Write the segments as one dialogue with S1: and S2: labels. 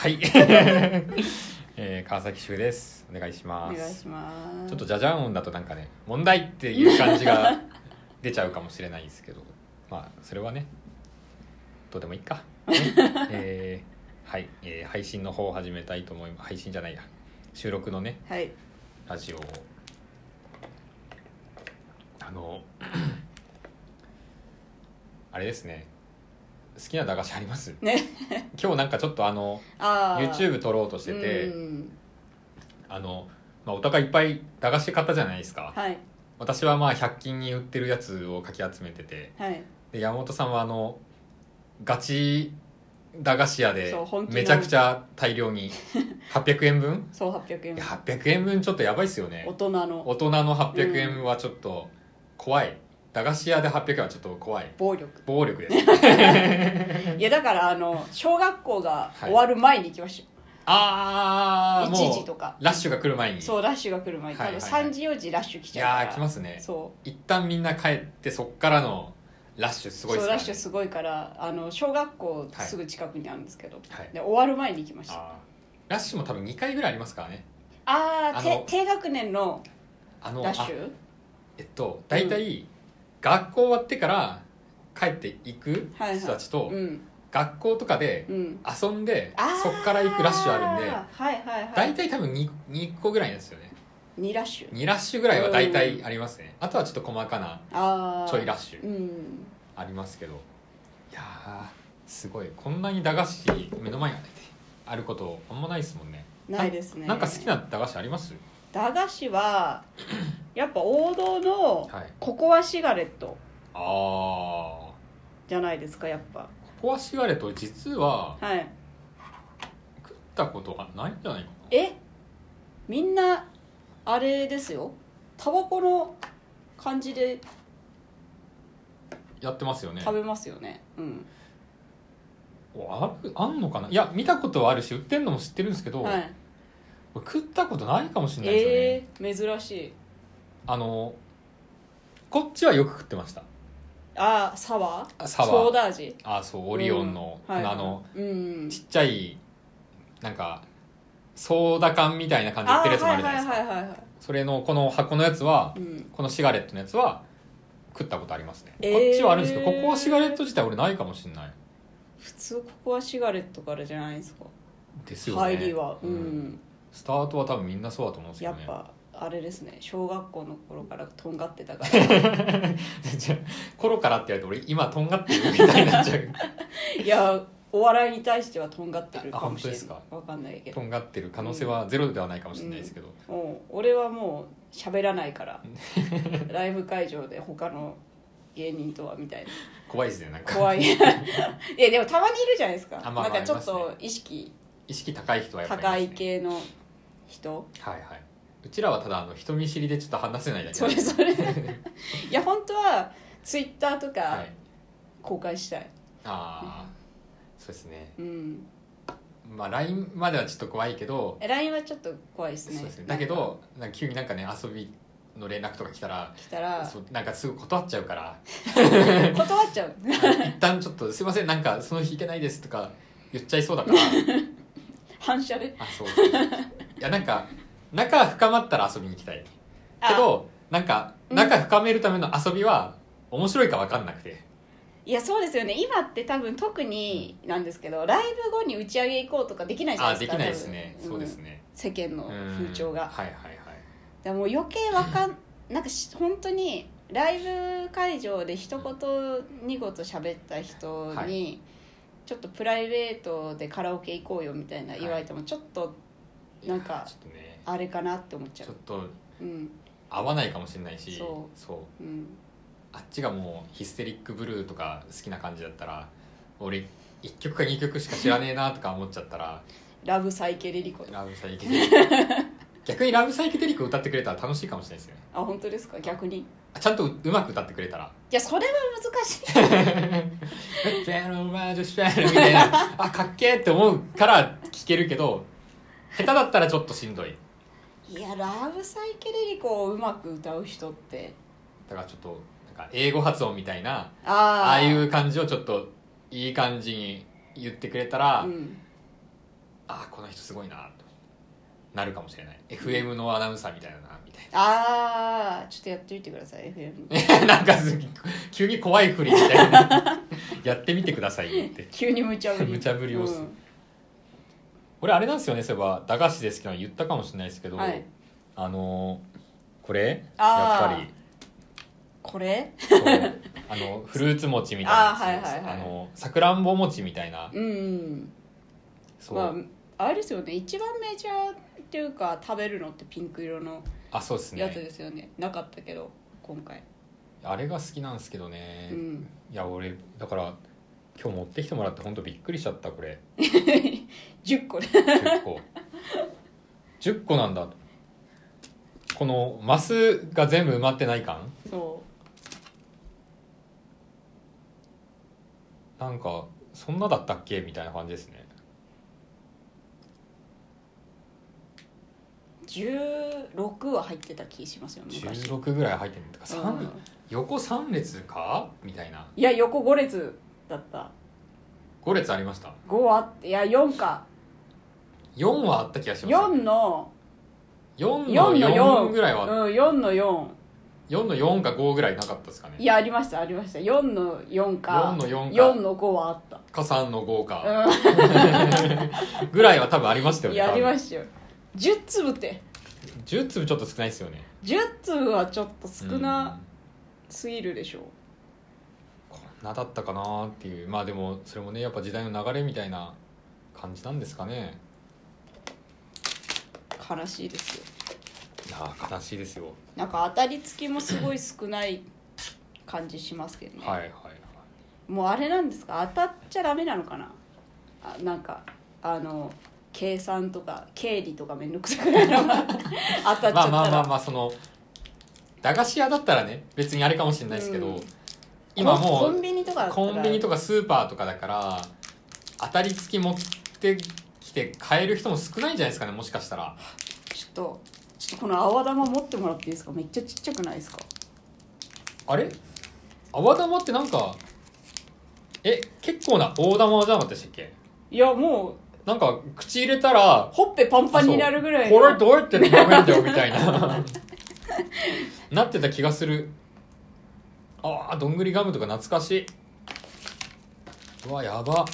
S1: はい。 えー川崎修です。お願いし
S2: お
S1: ま
S2: 願い
S1: す。
S2: します
S1: ちょっとじゃじゃん音だとなんかね、問題っていう感じ が出ちゃうかもしれないですけど、まあそれはね、どうでもいいか。ねえーはい、えー配信の方を始めたいと思います。配信じゃないや、収録のね、
S2: はい
S1: ラジオを。あの、あれですね。好きな駄菓子あります
S2: ね
S1: 今日なんかちょっとあの
S2: ああ
S1: YouTube 撮ろうとしてて、
S2: うん
S1: あの、まあ、お互いいっぱい駄菓子買ったじゃないですか、
S2: はい
S1: 私はまあ100均に売ってるやつをかき集めてて
S2: はい
S1: で山本さんはあのガチ駄菓子屋で
S2: そう本気の
S1: めちゃくちゃ大量 に800円分
S2: そう800円
S1: いや800円分ちょっとやばいっすよね
S2: 大人の
S1: 大人の800円はちょっと怖い、駄菓子屋で800円はちょっと怖い
S2: 暴力
S1: 暴力です
S2: いやだからあの小学校が終わる前に行きまし
S1: ああ
S2: たよ、1
S1: も
S2: 時とか
S1: うラッシュが来る前に
S2: そうラッシュが来る前に
S1: はい
S2: 多
S1: は
S2: 分
S1: いはい
S2: 3時4時ラッシュ来
S1: い
S2: ちゃうから
S1: やー来ますね
S2: そ
S1: 一旦みんな帰ってそっからのラッシュす
S2: う
S1: ごい
S2: そ
S1: か
S2: う
S1: らね
S2: ラッシュすごいからあの小学校
S1: はい
S2: すぐ近くにあるんですけど
S1: はい
S2: で終わる前に行きました
S1: あーラッシュも多分2回ぐらいありますからね
S2: ああ
S1: あの
S2: ーて低学年の
S1: あの
S2: ラッシ
S1: あ
S2: ュ
S1: えっと大体、学校終わってから帰っていく人たちと、
S2: うん
S1: 学校とかで
S2: うん
S1: 遊んで
S2: あー
S1: そっから行くラッシュあるんで
S2: はいはいはい
S1: 大体多分 2, 二個ぐらいなんですよね
S2: 2ラッシュ
S1: 2ラッシュぐらいは大体ありますね、あとはちょっと細かな
S2: ああ
S1: ちょいラッシュ
S2: うん
S1: ありますけどいやーすごいこんなに駄菓子目の前にあることあんまないですもんね
S2: ないですね
S1: なんか好きな駄菓子あります
S2: 駄菓 子はやっぱ王道の
S1: はい
S2: ココアシガレット
S1: ああこ
S2: じゃないですかやっぱ
S1: こはシガレット実は
S2: はい
S1: 食ったことがないんじゃないかな
S2: えみんなあれですよタバコの感じで
S1: やってますよね
S2: 食べますよねうん
S1: おあるあんのかないや見たことはあるし売ってんのも知ってるんですけど、
S2: はい
S1: これ食ったことないかもしれないですよね、
S2: えー、珍しい
S1: あのこっちはよく食ってました
S2: あーサワー
S1: あサ
S2: ソ
S1: ワ
S2: ー
S1: ー
S2: ダ味
S1: あそうオリオンの、
S2: うんはい
S1: あの
S2: うん
S1: ちっちゃいなんかソーダ缶みたいな感じで売ってるやつもあるじゃないですか、
S2: あーはいはいはいはいはい
S1: それのこの箱のやつは
S2: うん
S1: このシガレットのやつは食ったことありますね、
S2: えー
S1: こっちはあるんですけどここはシガレット自体俺ないかもしれない
S2: 普通ココアシガレットからじゃないですか
S1: ですよね
S2: 入りはうん、
S1: スタートは多分みんなそうだと思うんですけ
S2: や
S1: ど
S2: っ
S1: ね
S2: ぱあれですね小学校の頃からとんがってたから
S1: じゃあ頃からって言われて俺今とんがってるみたいになっ ちゃう
S2: いやお笑いに対してはとんがってる
S1: あ
S2: かもしれない
S1: 本当です
S2: わかんないけ
S1: と
S2: ど
S1: んがってる可能性はゼロではないかもしれないですけど、
S2: もう俺はもう喋らないから ライブ会場で他の芸人とはみ たいな
S1: 怖いですねなんか
S2: 怖いいやでもたまにいるじゃないですか、
S1: あまあまあ
S2: なんかちょっ
S1: いま
S2: と
S1: す
S2: 意識
S1: 意識高い人はやっぱり
S2: 高い
S1: ますね
S2: 系の人
S1: はいはいうちらはただあの人見知りでちょっと話せないだけ
S2: それそれいや本当はツイッターと
S1: は
S2: か
S1: い、
S2: 公開したい、
S1: ああそうですね
S2: うん
S1: まあ LINE まではちょっと怖いけど、
S2: え LINE はちょっと怖いですね
S1: そうですねだけどなんか急になんかね遊びの連絡とか来たら
S2: 来たら
S1: そうなんかすぐ断っちゃうから
S2: 断っちゃう
S1: 一旦ちょっと「すいませんなんかその日行けないです」とか言っちゃいそうだ から
S2: 反射で
S1: あそうそういやなんか仲深まったら遊びに行きたいけどなんか
S2: うん
S1: 仲深めるための遊びは面白いか分かんなくて、
S2: いやそうですよね今って多分特になんですけどライブ後に打ち上げ行こうとかできないじゃ
S1: あ
S2: な
S1: あで
S2: いで
S1: すき
S2: か
S1: ないですね
S2: 多分
S1: そうですね、
S2: 世間の
S1: うん
S2: 風潮がだか
S1: はいはいはい
S2: らもう余計わかん なんかし本当にライブ会場で一言二言喋った人に、
S1: は
S2: ちょっとプライベートでカラオケ行こうよみたいな言われてもちょっとなんか
S1: ちょっとね
S2: あれかなって思っちゃ
S1: ちょ
S2: う
S1: っと
S2: うん
S1: 合わないかもしれないし
S2: そう
S1: そう
S2: うん
S1: あっちがもうヒステリックブルーとか好きな感じだったら俺1曲か2曲しか知らねえなとか思っちゃったら
S2: ラブサイケレリコ
S1: ラブサイケデリック逆にラブサイケデリック歌ってくれたら楽しいかもしれないですよね
S2: あ本当ですか逆にい
S1: あちゃんとううまく歌ってくれたら
S2: やそれは難しい
S1: 「フェロマージュシェロ」みたいなあかっけーって思うから聴けるけど下手だったらちょっとしんどい
S2: いやラブサイケレリコをうまく歌う人って
S1: だからちょっとなんか英語発音みたいな
S2: あ、
S1: ああいうう感じをちょっといい感じに言ってくれたら、
S2: うん、
S1: あーこの人すごいなとなるかもしれない FM のアナウンサーみたいだなみたい
S2: あーちょっとやってみてください FM
S1: ななんかす急に怖いふりみたいな やってみてくださいって
S2: 急に無茶ぶ り
S1: 無茶ぶりをする
S2: うん
S1: 俺あれなんですよねそういえば駄菓子ですけど言ったかもしれないですけど、
S2: はい
S1: あのーこれやっ
S2: あー
S1: ぱり
S2: これ
S1: そうあ のフルーツ餅みたいなやつ
S2: あーはいはいは
S1: あ
S2: い
S1: のさくらんぼ餅みたいな
S2: うん
S1: そう、
S2: まああれですよね一番メジャーっていうか食べるのってピンク色の
S1: あそうです
S2: やつ
S1: ね
S2: ですよねなかったけど今回
S1: あれが好きなんですけどね、
S2: うん
S1: いや俺だから今日持ってきてもらって本当びっくりしちゃったこれ
S2: 10個 で
S1: 10個10個なんだとこのマスが全部埋まってない感
S2: そう
S1: なんかそんなだったっけみたいな感じですね
S2: 16は入ってた気しますよ昔、
S1: 16ぐらい入ってるとか
S2: う
S1: 三
S2: ん
S1: 横3列かみたいない
S2: や横5列だった
S1: 5列ありました
S2: 5あっていや4か
S1: 4はあった気がします
S2: 4の
S1: 4
S2: 4
S1: の
S2: の
S1: 4
S2: 4
S1: ぐらいは
S2: うん、4の4
S1: 4の4か5ぐらいなかったですかね
S2: いやありましたありました4の4
S1: 4
S2: か
S1: の4か
S2: 4の5はあった
S1: か3の5か
S2: う
S1: ぐらいは多分ありました
S2: ん
S1: よね
S2: いやありま
S1: し
S2: したよ10粒って
S1: 10粒ちょっと少ないですよね
S2: 10粒はちょっと少な
S1: うん
S2: すぎるでしょう
S1: こんなだったかなっていうまあでもそれもねやっぱ時代の流れみたいな感じなんですかね
S2: 悲しいですよ
S1: いやー悲しいですよ、
S2: なんか当たり付きもすごい少ない感じしますけどね、
S1: はいはいはい
S2: もうあれなんですか当たっちゃダメなのかなあなんかあの計算とか経理とかめんどくさくないの当たっちゃったら、
S1: まあまあまあまあその駄菓子屋だったらね別にあれかもしれないですけど、
S2: うん
S1: 今
S2: コ
S1: も
S2: ンコン
S1: う
S2: ビニとかだったら
S1: コンビニとかスーパーとかだから当たり付き持ってきて買える人も少ないんじゃないですかねもしかしたら
S2: ちょっとちょっとこの泡玉持ってもらっていいですかめっちゃちっちゃくないですか
S1: あれ泡玉ってなんかえ結構な大玉じゃなかったでしたっけ
S2: いやも
S1: なんか口入れたら
S2: うほっぺパンパンになるぐら い
S1: こ
S2: の
S1: れどうやって飲めんだよみたい ななってた気がするああどんぐりガムとか懐かしいうわやば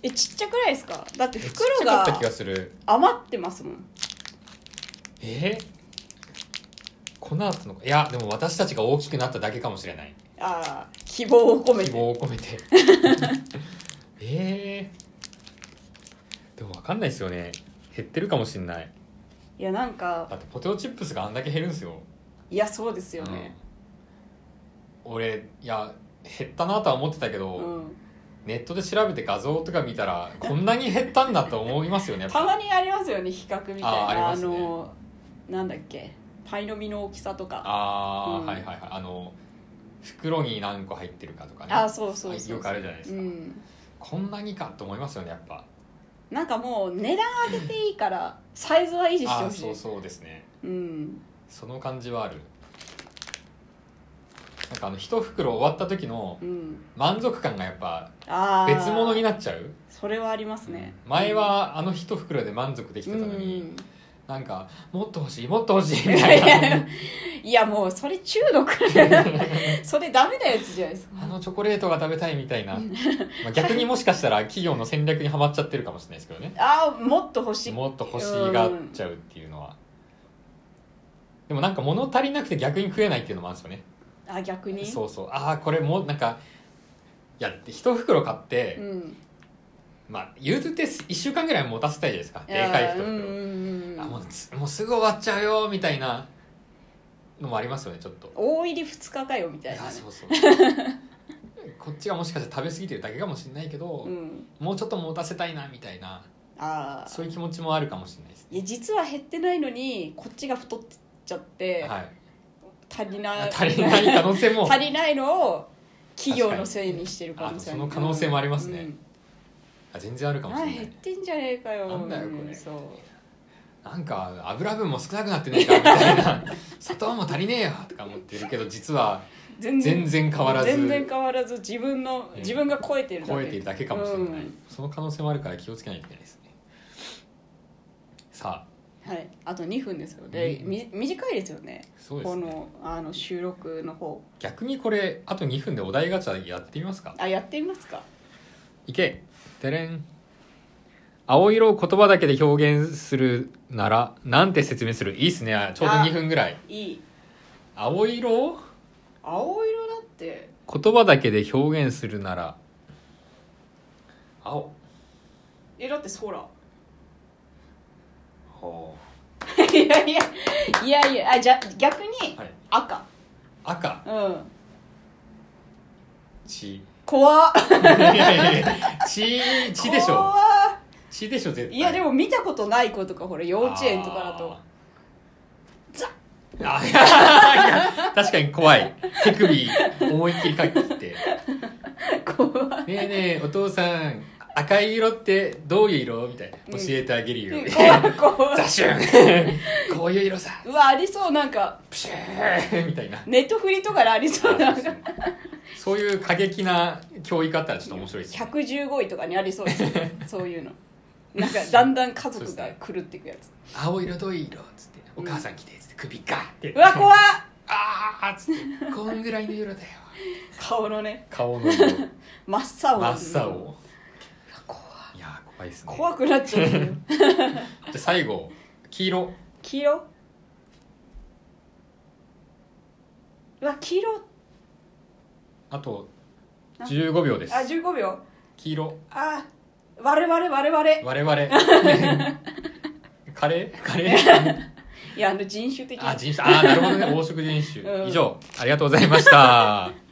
S2: えちっちゃくないですかだっ
S1: え
S2: て
S1: ちっ
S2: 袋
S1: ちゃか
S2: が
S1: った気がする
S2: 余ってますもん
S1: えー、この後のいやでも私たちが大きくなっただけかもしれない
S2: ああ希望を込め
S1: 希
S2: て
S1: 望を込め てえー、でも分かんないですよね減ってるかもしれない
S2: いやなんか
S1: だってポテトチップスがあんだけ減るんですよ
S2: いやそうですよね
S1: うん俺いや減ったなとは思ってたけど、
S2: うん
S1: ネットで調べて画像とか見たらこんなに減ったんだと思いますよね
S2: たまにありますよね比較みたいな
S1: あ
S2: あ
S1: ありますね
S2: のなんだっけパイの実の大きさとか
S1: ああ、
S2: うん
S1: はいはいはいあの袋に何個入ってるかとかね
S2: あそうそうそうそう
S1: よくあるじゃないですか、
S2: うん、
S1: こんなにかと思いますよねやっぱ
S2: なんかもう値段上げていいからサイズは維持して
S1: ああ
S2: ほ
S1: ー
S2: しい
S1: そうそうですね
S2: うん
S1: その感じはあるなんかあの一袋終わった時の
S2: うん
S1: 満足感がやっぱ
S2: ああ
S1: 別物になっちゃう
S2: それはありますね
S1: 前はあの一袋で満足でき
S2: う
S1: てたのに、
S2: ん
S1: なんかもっと欲しいもっと欲しい
S2: い
S1: みたい
S2: や
S1: ない
S2: やもうそれ中 毒それダメなやつじゃないですか
S1: あのチョコレートが食べたいみたいな、まあ、逆にもしかしたら企業の戦略にはまっちゃってるかもしれないですけどね
S2: ああもっと欲しい
S1: もっと欲しがっちゃうっていうのは、でもなんか物足りなくて逆に食えないっていうのもあるんですよね、
S2: あ逆に
S1: そうそうああこれもうなんかいや一袋買って、
S2: うん
S1: まあ言うて1週間ぐらい持たせたいじゃないですかで
S2: や
S1: かい一袋、
S2: うんうんうん
S1: あもうつもうすぐ終わっちゃうよみたいなのもありますよねちょっと
S2: 大入り2日かよみたい
S1: い
S2: な
S1: や
S2: ね
S1: そうそう こっちがもしかしたら食べ過ぎてるだけかもしれないけど、
S2: うん
S1: もうちょっと持たせたいなみたいな
S2: ああ
S1: そういう気持ちもあるかもしれないです
S2: いや実は減ってないのにこっちが太っちゃって、
S1: はい
S2: 足りな い
S1: 足り ない可能性も
S2: 足りないのを企業のせいにしてる可能性
S1: 確かにあその可能性もありますね
S2: うん
S1: あ全然あるかもし
S2: あ
S1: れな
S2: 減っ
S1: い
S2: てんじゃねえかよ
S1: なんだよこ
S2: う
S1: れ
S2: そう
S1: なんか油分も少なくなってねえかみたいな 砂糖も足りねえよとか思ってるけど実は
S2: 全
S1: 全然変わらず
S2: 全然変わらず自分の、
S1: うん
S2: 自分が超えてるだけ
S1: 超えてるだけかもしれない、
S2: うん
S1: その可能性もあるから気をつけないといけないですねさあ
S2: はい、あと2分ですよね、
S1: うん
S2: み短いですよね
S1: そうで
S2: こ
S1: すね
S2: のあの収録の方
S1: 逆にこれあと2分でお題ガチャやってみますか
S2: あやってみますか
S1: いけてれん青色を言葉だけで表現するならなんて説明するいいっすねあちょうど
S2: あ
S1: 2分ぐらい
S2: いい
S1: 青色を
S2: 青色だって
S1: 言葉だけで表現するなら青
S2: えだって空
S1: ほ
S2: いやいやいやいやあじゃ逆に
S1: はい
S2: 赤
S1: 赤
S2: うん
S1: 血
S2: 怖っ
S1: 血血でしょ
S2: 怖っ
S1: 血でしょ絶対
S2: いやでも見たことない子とかほら幼稚園とかだとザ
S1: あーあいや確かに怖い手首思いっきりかき切って
S2: 怖
S1: ね
S2: い
S1: えねえお父さん赤い色ってどういう色みたいな
S2: う
S1: 教
S2: ん
S1: えてあげるよ、
S2: 怖い怖 い
S1: ザシュン こういう色さ
S2: うわありそうなんか
S1: プシューンみたい な
S2: ネットフリとかでありそうなんか
S1: そういう過激な教育あったらちょっと面白いですね
S2: 115位とかにありそうですよ ねそういうのなんかだんだん家族が狂っていくやつ
S1: 青色どういう色っつってお母さん来てっつって首ガーって
S2: うわ怖っ
S1: あーっつってこんぐらいの色だよ
S2: 顔のね
S1: 顔の色
S2: 真っ青
S1: 真
S2: なの
S1: っ青
S2: うわ怖っ
S1: いやー怖いですね
S2: 怖くなっちゃうよ
S1: じゃあ最後黄色
S2: 黄色うわ黄色
S1: あと
S2: あ
S1: 15秒です
S2: あ15秒
S1: 黄色
S2: あ我々我々
S1: 我 々カレーカレ ー
S2: いやあの人種的な
S1: あ人種あーなるほどね黄色人種、
S2: うん
S1: 以上ありがとうございました